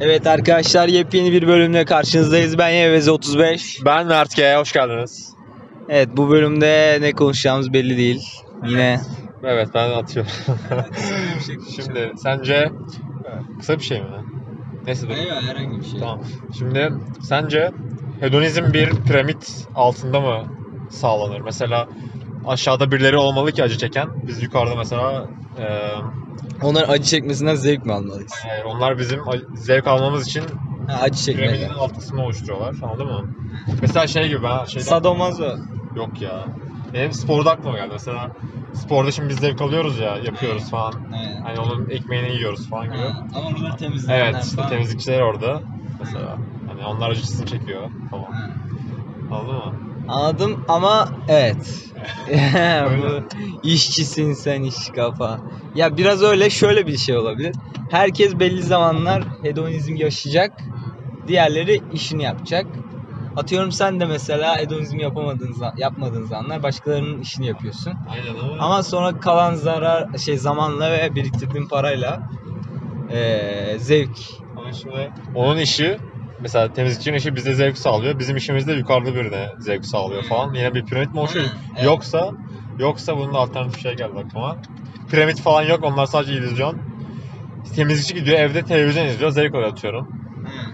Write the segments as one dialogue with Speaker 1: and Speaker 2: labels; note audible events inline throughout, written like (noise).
Speaker 1: Evet arkadaşlar yepyeni bir bölümle karşınızdayız. Ben Yevez 35.
Speaker 2: Ben Mert Kaya, hoş geldiniz.
Speaker 1: Evet bu bölümde ne konuşacağımız belli değil. Yine
Speaker 2: Evet ben atıyorum. (laughs) Şimdi sence kısa bir şey mi? Neyse dur.
Speaker 1: herhangi bir şey.
Speaker 2: Tamam. Şimdi sence hedonizm bir piramit altında mı sağlanır? Mesela aşağıda birileri olmalı ki acı çeken. Biz yukarıda mesela e,
Speaker 1: Onların acı çekmesinden zevk mi almalıyız?
Speaker 2: e, onlar bizim a- zevk almamız için
Speaker 1: Ha, acı
Speaker 2: piramidin
Speaker 1: çekmeden.
Speaker 2: alt kısmını oluşturuyorlar. Anladın mı? Mesela şey gibi ha. Şeyden...
Speaker 1: Sadomaso.
Speaker 2: Yok ya. Benim sporda aklıma geldi. Mesela sporda şimdi biz zevk alıyoruz ya, yapıyoruz falan.
Speaker 1: Evet.
Speaker 2: Hani onun ekmeğini yiyoruz falan gibi.
Speaker 1: Ama onlar temizleyenler
Speaker 2: Evet, işte temizlikçiler orada mesela. Hani onlar acısını çekiyor falan. Anladın mı?
Speaker 1: Anladım ama evet. (laughs)
Speaker 2: Öyle.
Speaker 1: Bu işçisin sen iş kafa. Ya biraz öyle şöyle bir şey olabilir. Herkes belli zamanlar hedonizm yaşayacak. Diğerleri işini yapacak. Atıyorum sen de mesela hedonizm yapamadığın za- yapmadığın zamanlar başkalarının işini yapıyorsun.
Speaker 2: Aynen ama.
Speaker 1: Ama sonra kalan zarar şey zamanla ve biriktirdiğin parayla eee, zevk.
Speaker 2: Ama şimdi onun işi mesela temizlikçinin işi bize zevk sağlıyor. Bizim işimiz de yukarıda birine zevk sağlıyor falan. Yine bir piramit mi oluşuyor?
Speaker 1: Evet.
Speaker 2: Yoksa yoksa bunun da alternatif şey geldi aklıma. Piramit falan yok. Onlar sadece illüzyon. Temizlikçi gidiyor evde televizyon izliyor. Zevk alıyor atıyorum.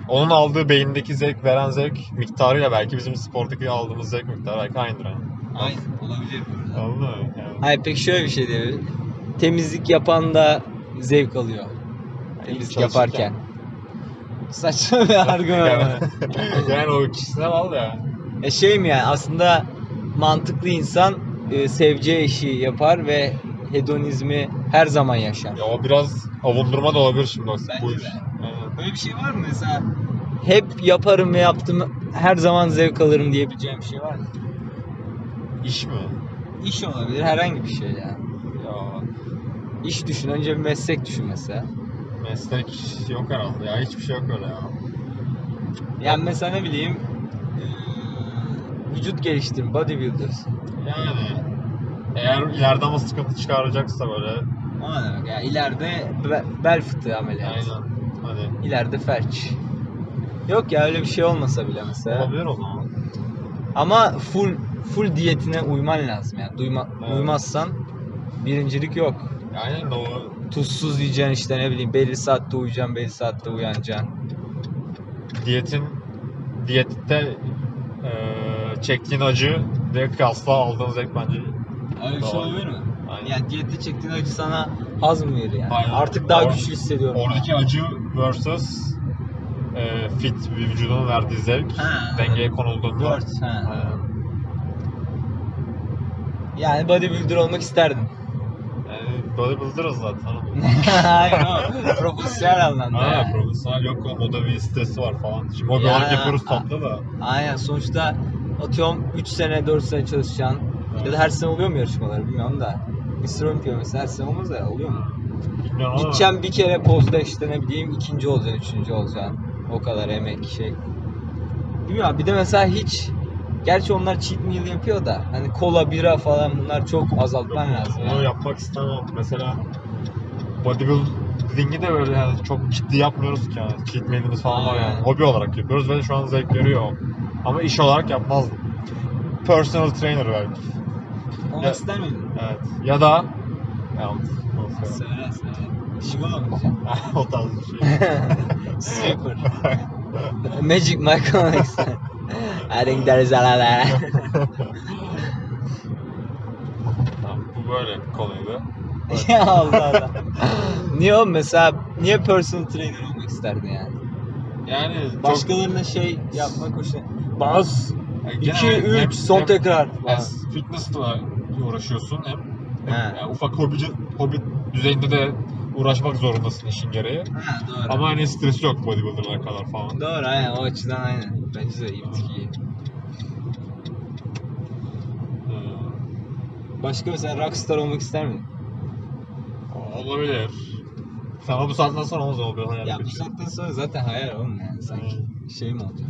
Speaker 2: Onun aldığı beyindeki zevk, veren zevk miktarıyla belki bizim spordaki aldığımız zevk miktarı belki aynıdır. yani.
Speaker 1: Aynen olabilir
Speaker 2: Anladın mı? Yani.
Speaker 1: Hayır pek şöyle bir şey diyebilir. Temizlik yapan da zevk alıyor. Temizlik yaparken. Saçma bir argüman.
Speaker 2: Yani, yani o ikisine bağlı ya.
Speaker 1: (laughs) e şey mi yani aslında mantıklı insan e, seveceği işi yapar ve hedonizmi her zaman yaşar.
Speaker 2: ya. o biraz avundurma da olabilir şimdi. o
Speaker 1: Bence
Speaker 2: bu
Speaker 1: de.
Speaker 2: iş. Aynen.
Speaker 1: Öyle bir şey var mı mesela? Hep yaparım ve yaptım her zaman zevk alırım diyebileceğim bir şey var mı?
Speaker 2: İş mi?
Speaker 1: İş olabilir herhangi bir şey ya.
Speaker 2: Ya
Speaker 1: İş düşün önce bir meslek düşün mesela.
Speaker 2: meslek yok herhalde ya. Hiçbir şey yok öyle ya.
Speaker 1: Yani mesela ne bileyim e, vücut geliştirin bodybuilders.
Speaker 2: Yani eğer ileride ama sıkıntı çıkaracaksa böyle.
Speaker 1: O ne demek ya? İleride be- bel fıtığı ameliyatı.
Speaker 2: Aynen. Hadi.
Speaker 1: İleride felç. Yok ya öyle bir şey olmasa bile mesela.
Speaker 2: Olabilir o zaman.
Speaker 1: Ama full full diyetine uyman lazım yani. Duyma,
Speaker 2: Evet.
Speaker 1: Uymazsan birincilik yok.
Speaker 2: Aynen de o
Speaker 1: Tuzsuz yiyeceksin işte ne bileyim belli saatte uyuyacaksın, belli saatte uyanacaksın.
Speaker 2: diyetin diyette eee çektiğin acı ve kıyasla aldığın zevk bence
Speaker 1: Öyle
Speaker 2: bir şey olabilir
Speaker 1: mi?
Speaker 2: Aynen.
Speaker 1: Yani diyette çektiğin acı sana haz mı verir yani?
Speaker 2: Aynen.
Speaker 1: Artık daha
Speaker 2: Or-
Speaker 1: güçlü hissediyorum.
Speaker 2: oradaki acı versus eee, fit bir vücudun verdiği zevk
Speaker 1: Ha.
Speaker 2: dengeye konulduğunda
Speaker 1: Dört, ha.
Speaker 2: Aynen.
Speaker 1: Yani bodybuilder olmak isterdim.
Speaker 2: yani E, böyle
Speaker 1: (laughs)
Speaker 2: bıldırız zaten.
Speaker 1: Hayır o (laughs) profesyonel anlamda.
Speaker 2: Ha,
Speaker 1: yani.
Speaker 2: profesyonel yok ama o da bir stresi var falan. Şimdi o bir
Speaker 1: Ya.
Speaker 2: olarak yapıyoruz tatlı da.
Speaker 1: Aynen sonuçta atıyorum 3 sene 4 sene çalışacaksın ya da her sene oluyor mu yarışmalar bilmiyorum da Mr. Olympia mesela her sene olmaz ya oluyor mu?
Speaker 2: Bilmiyorum ama
Speaker 1: Gideceksin bir kere pozda işte ne bileyim ikinci olacaksın üçüncü olacaksın o kadar emek şey. Bilmiyorum bir de mesela hiç gerçi onlar cheat meal yapıyor da hani kola bira falan bunlar çok azaltman lazım.
Speaker 2: onu
Speaker 1: yani.
Speaker 2: yapmak istemem. Mesela bodybuilding'i de böyle yani çok ciddi yapmıyoruz ki yani. Cheat meal'imiz falan var yani.
Speaker 1: Aynen.
Speaker 2: Hobi olarak yapıyoruz ve şu an zevk veriyor. Ama iş olarak yapmazdım. Personal trainer belki.
Speaker 1: Olmak
Speaker 2: Ya-
Speaker 1: ister miydin?
Speaker 2: Evet. Ya da yani, nasıl ya?
Speaker 1: Sever sever. Jigolo mu olacaksın?
Speaker 2: (laughs) o tarz bir
Speaker 1: (laughs)
Speaker 2: şey.
Speaker 1: Super. Magic Michael Jackson. I think there is a la
Speaker 2: (laughs)
Speaker 1: la.
Speaker 2: (laughs) Tamam, bu böyle bir konuydu.
Speaker 1: (laughs) ya Allah Allah. niye oğlum mesela niye personal trainer olmak isterdin yani?
Speaker 2: Yani
Speaker 1: Başkalarına şey yapmak hoşuna.
Speaker 2: Bas.
Speaker 1: 2 3 son tekrar.
Speaker 2: Yani fitness'la uğraşıyorsun hem
Speaker 1: Ha.
Speaker 2: yani ufak hobi, hobi düzeyinde de uğraşmak zorundasın işin gereği.
Speaker 1: Ha doğru.
Speaker 2: Ama hani stres yok bodybuilder'lar kadar falan.
Speaker 1: Doğru aynen o açıdan aynen. Bence de iyi bir fikir iyi.
Speaker 2: Ee,
Speaker 1: Başka mesela rockstar olmak ister miydin?
Speaker 2: olabilir. Sana bu saatten sonra olmaz o bir hayal
Speaker 1: Ya bu
Speaker 2: gücü.
Speaker 1: saatten sonra zaten hayal oğlum yani sanki. Şey mi olacak?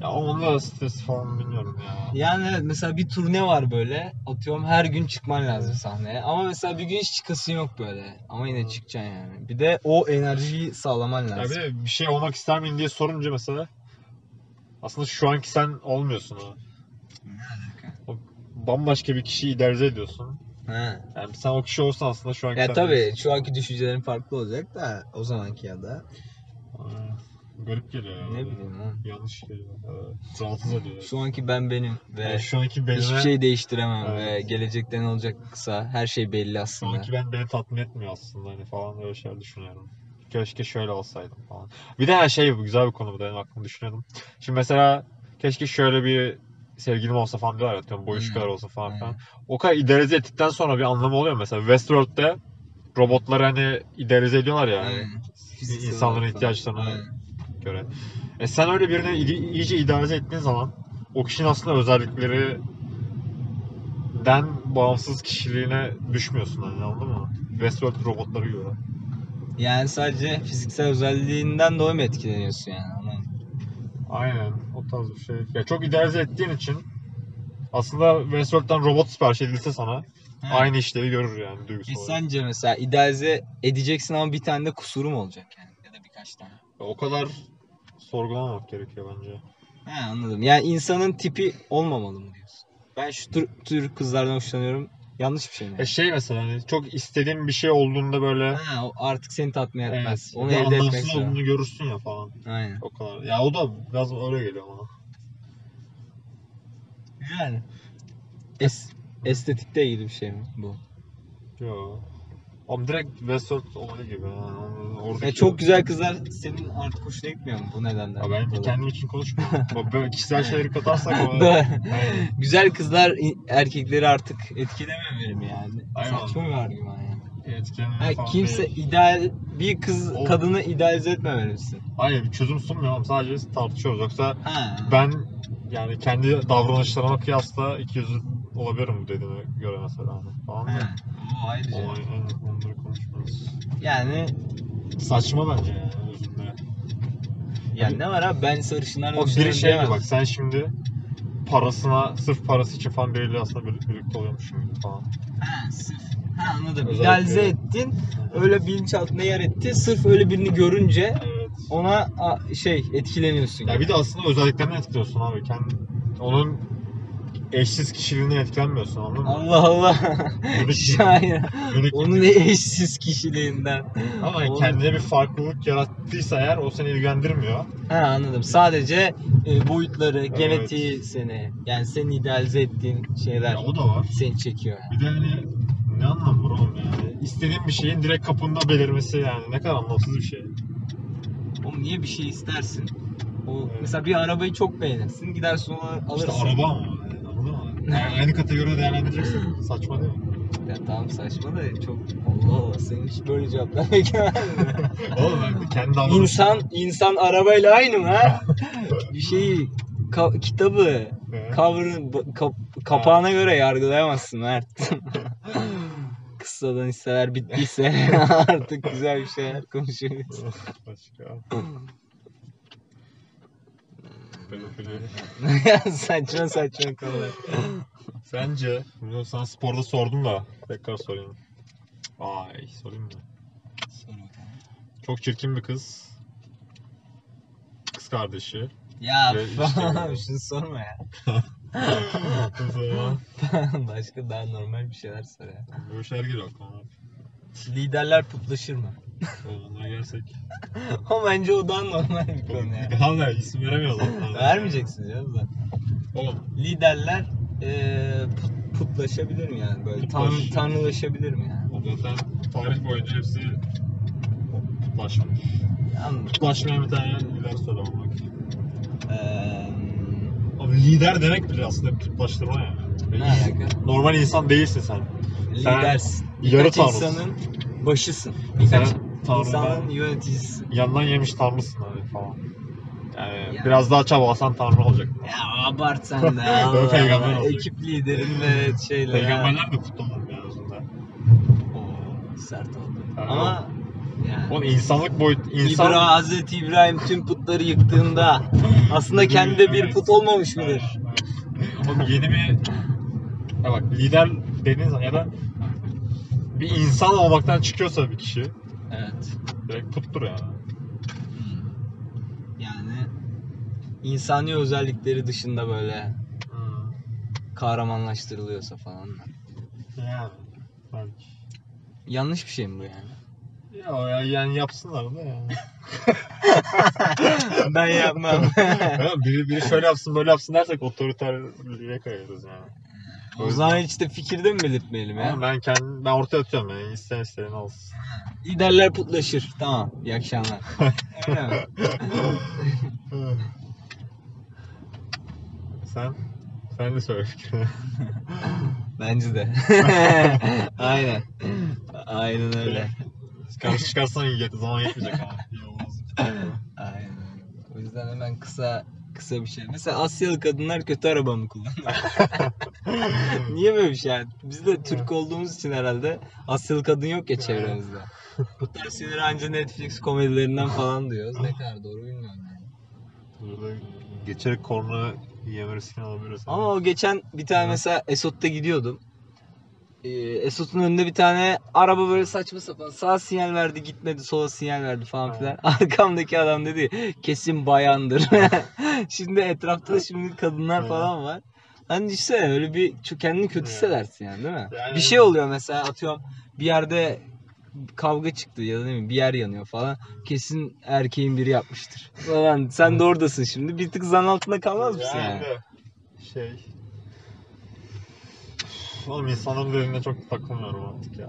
Speaker 2: Ya onda da stres falan bilmiyorum ya.
Speaker 1: Yani evet, mesela bir turne var böyle. Atıyorum her gün çıkman lazım sahneye. Ama mesela bir gün hiç çıkasın yok böyle. Ama yine çıkacaksın yani. Bir de o enerjiyi sağlaman
Speaker 2: Ya bir
Speaker 1: lazım.
Speaker 2: de bir şey olmak ister miyim diye sorunca mesela aslında şu anki sen olmuyorsun o. Bambaşka bir kişiyi idealize ediyorsun.
Speaker 1: He.
Speaker 2: Yani sen o kişi olsan aslında şu anki
Speaker 1: Ya
Speaker 2: sen
Speaker 1: E, tabii
Speaker 2: değilsin.
Speaker 1: şu anki düşüncelerin farklı olacak da o zamanki ya da.
Speaker 2: Aynen. Garip geliyor ya.
Speaker 1: Ne bileyim oğlum.
Speaker 2: Yanlış geliyor. Evet. Rahatsız ediyor.
Speaker 1: Şu anki ben benim ve
Speaker 2: Yani şu anki beni,
Speaker 1: hiçbir şey değiştiremem ve
Speaker 2: Evet.
Speaker 1: gelecekte ne olacak kısa her şey belli
Speaker 2: şu
Speaker 1: aslında.
Speaker 2: anki ben beni tatmin etmiyor aslında hani falan böyle şeyler düşünüyorum. Keşke şöyle olsaydım falan. Bir de her şey bu güzel bir konu bu da benim aklımda düşünüyordum. Şimdi mesela keşke şöyle bir sevgilim olsa falan diyorlar ya atıyorum boyu şu
Speaker 1: Hmm.
Speaker 2: kadar olsa falan filan.
Speaker 1: Aynen.
Speaker 2: O kadar idealize ettikten sonra bir anlamı oluyor mu? mesela Westworld'de robotları hani idealize ediyorlar ya hani
Speaker 1: Aynen. Fiziksel
Speaker 2: insanların
Speaker 1: olarak da.
Speaker 2: ihtiyaçlarına
Speaker 1: Aynen.
Speaker 2: göre. E sen öyle birini iyi- iyice idealize ettiğin zaman o kişinin aslında özellikleri den bağımsız kişiliğine düşmüyorsun hani anladın mı? Westworld robotları gibi.
Speaker 1: Yani sadece fiziksel özelliğinden dolayı mı etkileniyorsun yani? Anlamadım.
Speaker 2: Aynen o tarz bir şey. Ya çok idealize ettiğin için aslında Westworld'dan robot sipariş edilse sana
Speaker 1: He.
Speaker 2: aynı işlevi görür yani duygusal
Speaker 1: E
Speaker 2: olarak.
Speaker 1: sence mesela idealize edeceksin ama bir tane de kusurum olacak yani ya da birkaç tane.
Speaker 2: O kadar sorgulamamak gerekiyor bence.
Speaker 1: He anladım. Yani insanın tipi olmamalı mı diyorsun? Ben şu tür, tür kızlardan hoşlanıyorum. Yanlış bir şey mi?
Speaker 2: E
Speaker 1: yani?
Speaker 2: şey mesela hani çok istediğin bir şey olduğunda böyle
Speaker 1: Ha, o artık seni tatmin
Speaker 2: evet,
Speaker 1: etmez. Onu
Speaker 2: bir
Speaker 1: elde etmek
Speaker 2: anlamsız
Speaker 1: zorunda.
Speaker 2: olduğunu görürsün ya falan.
Speaker 1: Aynen.
Speaker 2: O kadar. Ya o da biraz öyle geliyor bana.
Speaker 1: Yani. Es, estetikle ilgili bir şey mi bu?
Speaker 2: Yo. Ama direkt Westworld olayı gibi. Yani oradaki...
Speaker 1: E, çok güzel kızlar senin artık hoşuna gitmiyor mu bu nedenden?
Speaker 2: Ya ben
Speaker 1: dolayı? (laughs)
Speaker 2: kendim için konuşmuyorum. Bak Böyle kişisel şeyleri katarsak o...
Speaker 1: Doğru.
Speaker 2: Aynen.
Speaker 1: güzel kızlar in- erkekleri artık etkilememeli mi yani?
Speaker 2: Aynen.
Speaker 1: Saçma bir argüman yani.
Speaker 2: Etkilenme
Speaker 1: Ha,
Speaker 2: falan
Speaker 1: kimse
Speaker 2: değil.
Speaker 1: ideal bir kız
Speaker 2: Oğlum.
Speaker 1: kadını idealize etmemelisin.
Speaker 2: Hayır bir çözüm sunmuyorum. Sadece tartışıyoruz. Yoksa
Speaker 1: Ha.
Speaker 2: ben yani kendi davranışlarıma kıyasla 200 olabilirim dediğine göre mesela. hani Falan
Speaker 1: Ha,
Speaker 2: da.
Speaker 1: O ayrıca.
Speaker 2: Olay, aynen, onları konuşmuyoruz.
Speaker 1: Yani
Speaker 2: Saçma bence yani özünde.
Speaker 1: yani ne var abi ben sarışınlar
Speaker 2: O biri şey gibi Hani bak sen şimdi parasına sırf parası için falan biriyle aslında bir- birlikte oluyormuşsun gibi falan.
Speaker 1: Ha, sırf. Ha anladım.
Speaker 2: Özellikle-
Speaker 1: İdealize ettin. Öyle bilinçaltına yer etti. Sırf öyle birini görünce
Speaker 2: Evet.
Speaker 1: ona a, şey etkileniyorsun.
Speaker 2: Ya
Speaker 1: gibi.
Speaker 2: bir de aslında özelliklerini etkiliyorsun abi. Kendi, onun eşsiz kişiliğine etkilenmiyorsun anladın mı?
Speaker 1: Allah Allah. (laughs)
Speaker 2: Yürü ki.
Speaker 1: Şair.
Speaker 2: Yürü ki.
Speaker 1: Onun eşsiz kişiliğinden.
Speaker 2: Ama
Speaker 1: Oğlum.
Speaker 2: kendine bir farklılık yarattıysa eğer o seni ilgilendirmiyor.
Speaker 1: Ha anladım. Sadece e, boyutları, genetiği seni yani senin idealize ettiğin şeyler
Speaker 2: Ya o da var.
Speaker 1: seni çekiyor. yani.
Speaker 2: Bir de hani ne anlamı var oğlum yani? İstediğin bir şeyin direkt kapında belirmesi yani ne kadar anlamsız bir şey.
Speaker 1: Oğlum niye bir şey istersin? O
Speaker 2: Evet.
Speaker 1: mesela bir arabayı çok beğenirsin. Gidersin onu alırsın.
Speaker 2: İşte araba ama yani anladın mı? Yani aynı kategoride değerlendireceksin. Saçma değil mi? (laughs)
Speaker 1: Ya tamam saçma da çok Allah Allah senin hiç böyle cevaplar (laughs) beklemezdim.
Speaker 2: Oğlum ben kendi davranışım.
Speaker 1: insan insan arabayla aynı mı ha? bir şeyi ka- kitabı
Speaker 2: Evet.
Speaker 1: kavrın ba- kap- kapağına göre yargılayamazsın Mert. (laughs) Kıssadan hisseler bittiyse (laughs) artık güzel bir şeyler konuşuyoruz.
Speaker 2: Başka. Pedofili.
Speaker 1: (laughs) saçma saçma konular.
Speaker 2: Sence? Bunu sana sporda sordum da tekrar sorayım. Ay sorayım mı? Çok çirkin bir kız. Kız kardeşi.
Speaker 1: Ya
Speaker 2: Ve işte-
Speaker 1: (laughs) şunu sorma ya.
Speaker 2: Mesela
Speaker 1: Başka daha normal bir şeyler sor ya.
Speaker 2: Böyle şeyler geliyor aklıma.
Speaker 1: Liderler putlaşır mı? (laughs)
Speaker 2: Oğlum Onlara gelsek.
Speaker 1: Ama bence o daha normal bir konu ya.
Speaker 2: (laughs) Daha da isim veremiyoruz
Speaker 1: (laughs)
Speaker 2: aslında.
Speaker 1: Vermeyeceksin canım da.
Speaker 2: Oğlum
Speaker 1: Liderler eee, put- putlaşabilir mi yani böyle tan
Speaker 2: Putlaş.
Speaker 1: tanrılaşabilir mi yani?
Speaker 2: o zaten tarih boyunca hepsi putlaşmış.
Speaker 1: Anladım.
Speaker 2: Putlaşmayan bir tane lider söylemem bak.
Speaker 1: Eee,
Speaker 2: Abi lider demek bile aslında putlaştırma yani.
Speaker 1: ne alaka?
Speaker 2: Normal insan değilsin sen. Sen
Speaker 1: Lidersin.
Speaker 2: yarı
Speaker 1: Birkaç
Speaker 2: tanrısın.
Speaker 1: insanın başısın.
Speaker 2: Sen
Speaker 1: Birkaç insanın
Speaker 2: Tanrı'dan
Speaker 1: yöneticisisin.
Speaker 2: yandan yemiş Tanrısın abi falan. Yani
Speaker 1: Ya.
Speaker 2: biraz daha çabalasan Tanrı olacak.
Speaker 1: Ya abart sen
Speaker 2: (laughs)
Speaker 1: de.
Speaker 2: Böyle
Speaker 1: Allah
Speaker 2: peygamber
Speaker 1: Allah.
Speaker 2: olacak.
Speaker 1: Ekip liderin ve şeyle.
Speaker 2: Peygamberler de kutlanır yani aslında.
Speaker 1: Oo, sert oldu.
Speaker 2: Yani
Speaker 1: Ama yani.
Speaker 2: Oğlum insanlık boyut insan
Speaker 1: İbrahim, Hazreti İbrahim tüm putları yıktığında aslında kendinde bir put olmamış mıdır?
Speaker 2: Oğlum yeni bir ya bak lider dediğin zaman ya da bir insan olmaktan çıkıyorsa bir kişi
Speaker 1: Evet.
Speaker 2: direkt puttur yani.
Speaker 1: Yani insani özellikleri dışında böyle Hmm. kahramanlaştırılıyorsa falan.
Speaker 2: Yani belki.
Speaker 1: Yanlış bir şey mi bu (laughs) yani?
Speaker 2: Ya, o ya yani yapsınlar da ya.
Speaker 1: (laughs) ben (laughs) yapmam.
Speaker 2: Ya biri, biri şöyle yapsın böyle yapsın dersek otoriterliğe kayarız yani.
Speaker 1: o zaman hiç de fikirde mi belirtmeyelim ya?
Speaker 2: Ama ben kendim ben ortaya atıyorum yani isteyen isteyeni alsın.
Speaker 1: Liderler putlaşır. Tamam. İyi akşamlar. (laughs) Öyle mi?
Speaker 2: (laughs) sen sen de söyle fikrini.
Speaker 1: Bence (laughs) de. Aynen. Aynen (laughs) öyle.
Speaker 2: Karşı çıkarsan iyi yet- zaman yetmeyecek
Speaker 1: (laughs)
Speaker 2: ama. İyi olmaz.
Speaker 1: Aynen. O yüzden hemen kısa kısa bir şey. Mesela Asyalı kadınlar kötü araba mı kullanıyor? (laughs) Niye böyle bir şey? Yani Biz de Türk olduğumuz için herhalde Asyalı kadın yok ya çevremizde. Bu tarz şeyleri anca Netflix komedilerinden falan diyoruz. Ne kadar doğru bilmiyorum. yani.
Speaker 2: Burada geçerek korna yeme riskini alabiliriz.
Speaker 1: Ama o geçen bir tane
Speaker 2: Evet.
Speaker 1: mesela Esot'ta gidiyordum. Ee, Esot'un önünde bir tane araba böyle saçma sapan sağ sinyal verdi gitmedi sola sinyal verdi falan
Speaker 2: Evet.
Speaker 1: filan. (laughs) Arkamdaki adam dedi kesin bayandır. (laughs) şimdi etrafta da şimdi kadınlar
Speaker 2: Evet.
Speaker 1: falan var. Hani düşünsene öyle bir çö- kendini kötü
Speaker 2: Evet.
Speaker 1: hissedersin yani değil mi?
Speaker 2: Yani-
Speaker 1: Bir şey oluyor mesela atıyorum bir yerde kavga çıktı ya da ne bileyim bir yer yanıyor falan. Kesin erkeğin biri yapmıştır. (laughs) Falan sen de oradasın şimdi. Bir tık zan altında kalmaz mısın yani?
Speaker 2: de Şey... Üf, Oğlum insanların dediğine çok takılmıyorum artık ya.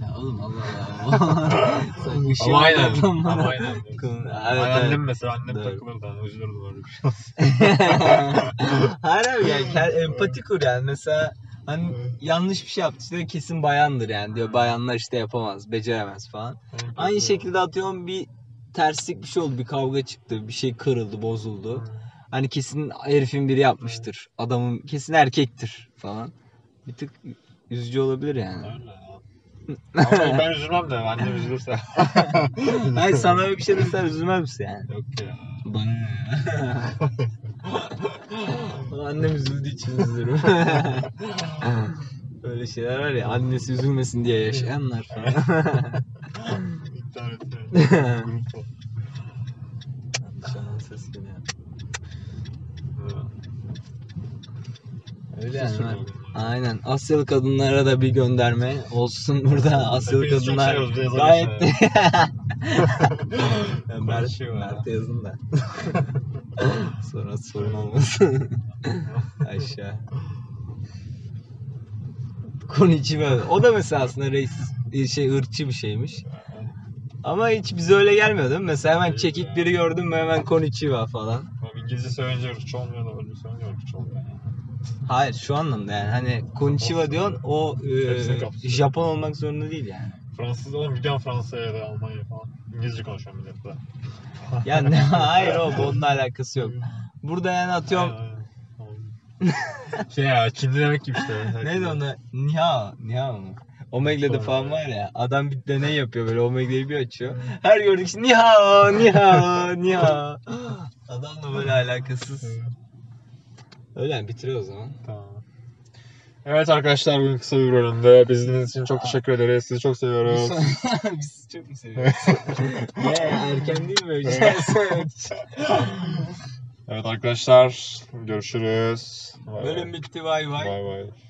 Speaker 1: Ya oğlum Allah Allah. (laughs) Sen bir şey
Speaker 2: Ama aynen.
Speaker 1: anlatma bana.
Speaker 2: Ama aynen.
Speaker 1: Konu-
Speaker 2: Ama
Speaker 1: Evet,
Speaker 2: annem
Speaker 1: evet.
Speaker 2: mesela annem
Speaker 1: Doğru.
Speaker 2: takılırdı hani üzülürdüm öyle bir şey olsa.
Speaker 1: (laughs) Harbi yani kend- empati kur yani mesela hani
Speaker 2: Evet.
Speaker 1: yanlış bir şey yaptı işte kesin bayandır yani diyor bayanlar işte yapamaz beceremez falan. (laughs) Aynı şekilde atıyorum bir terslik bir şey oldu bir kavga çıktı bir şey kırıldı bozuldu. Hani kesin herifin biri yapmıştır adamın kesin erkektir falan. Bir tık üzücü olabilir yani.
Speaker 2: Öyle ya.
Speaker 1: (laughs)
Speaker 2: Ama ben üzülmem de annem üzülürse. (laughs)
Speaker 1: Hayır sana öyle bir şey desen üzülmez misin yani?
Speaker 2: Yok ya.
Speaker 1: Bana ne (laughs) ya? Annem üzüldüğü için
Speaker 2: (laughs)
Speaker 1: üzülürüm. Öyle şeyler var ya annesi üzülmesin diye yaşayanlar falan. (laughs)
Speaker 2: İnternette. Grupta.
Speaker 1: Şu an ses geliyor.
Speaker 2: Evet.
Speaker 1: Öyle
Speaker 2: Ses
Speaker 1: yani.
Speaker 2: çok iyi.
Speaker 1: Aynen. Asyalı kadınlara da bir gönderme olsun burada. Asyalı
Speaker 2: Hepinizi çok şey
Speaker 1: kadınlar
Speaker 2: seviyoruz, biraz (laughs)
Speaker 1: gayet... (laughs)
Speaker 2: öyle
Speaker 1: Ya Mert,
Speaker 2: Konuşuyor ya.
Speaker 1: Mert'e yazın da. (laughs) Sonra sorun (laughs) olmasın. Aşağı. Konichiwa. O da mesela aslında reis şey ırkçı bir şeymiş. Ama hiç bize öyle gelmiyor değil mi? Mesela hemen çekik biri gördün mü hemen konichiwa falan.
Speaker 2: Oğlum İngilizce söyleyince ırkçı olmuyor da öyle söyleyince ırkçı oluyor. yani.
Speaker 1: Hayır şu anlamda yani hani konnichiwa diyorsun o e,
Speaker 2: Hepsini kapsıyor.
Speaker 1: Japon olmak zorunda değil yani.
Speaker 2: Fransız oğlum gidiyorum Fransa'ya da Almanya'ya falan. İngilizce konuşan milletle.
Speaker 1: Yani (laughs)
Speaker 2: (laughs)
Speaker 1: hayır o onunla alakası yok. Burada yani atıyorum
Speaker 2: Aynen, aynen. şey ya Çinli demek gibi
Speaker 1: (laughs)
Speaker 2: işte.
Speaker 1: Neydi ona? Niha, Niha mı? Omegle'de
Speaker 2: Sonra
Speaker 1: falan
Speaker 2: ya.
Speaker 1: var ya. Adam bir deney yapıyor böyle Omegle'yi bir açıyor. Her gördüğü kişi Niha, Niha, Niha. (laughs) Adamla böyle alakasız.
Speaker 2: Evet,
Speaker 1: Öyle yani bitiriyor o zaman.
Speaker 2: Tamam. Evet arkadaşlar bugün kısa bir bölümde. Biz dinlediğiniz için çok teşekkür ederiz. Sizi çok
Speaker 1: (laughs)
Speaker 2: seviyoruz.
Speaker 1: Biz sizi çok mu seviyoruz? Ne erken değil mi
Speaker 2: (laughs)
Speaker 1: böyle
Speaker 2: Evet arkadaşlar görüşürüz. Bay bay.
Speaker 1: Bölüm bitti vay vay.
Speaker 2: Bay bay.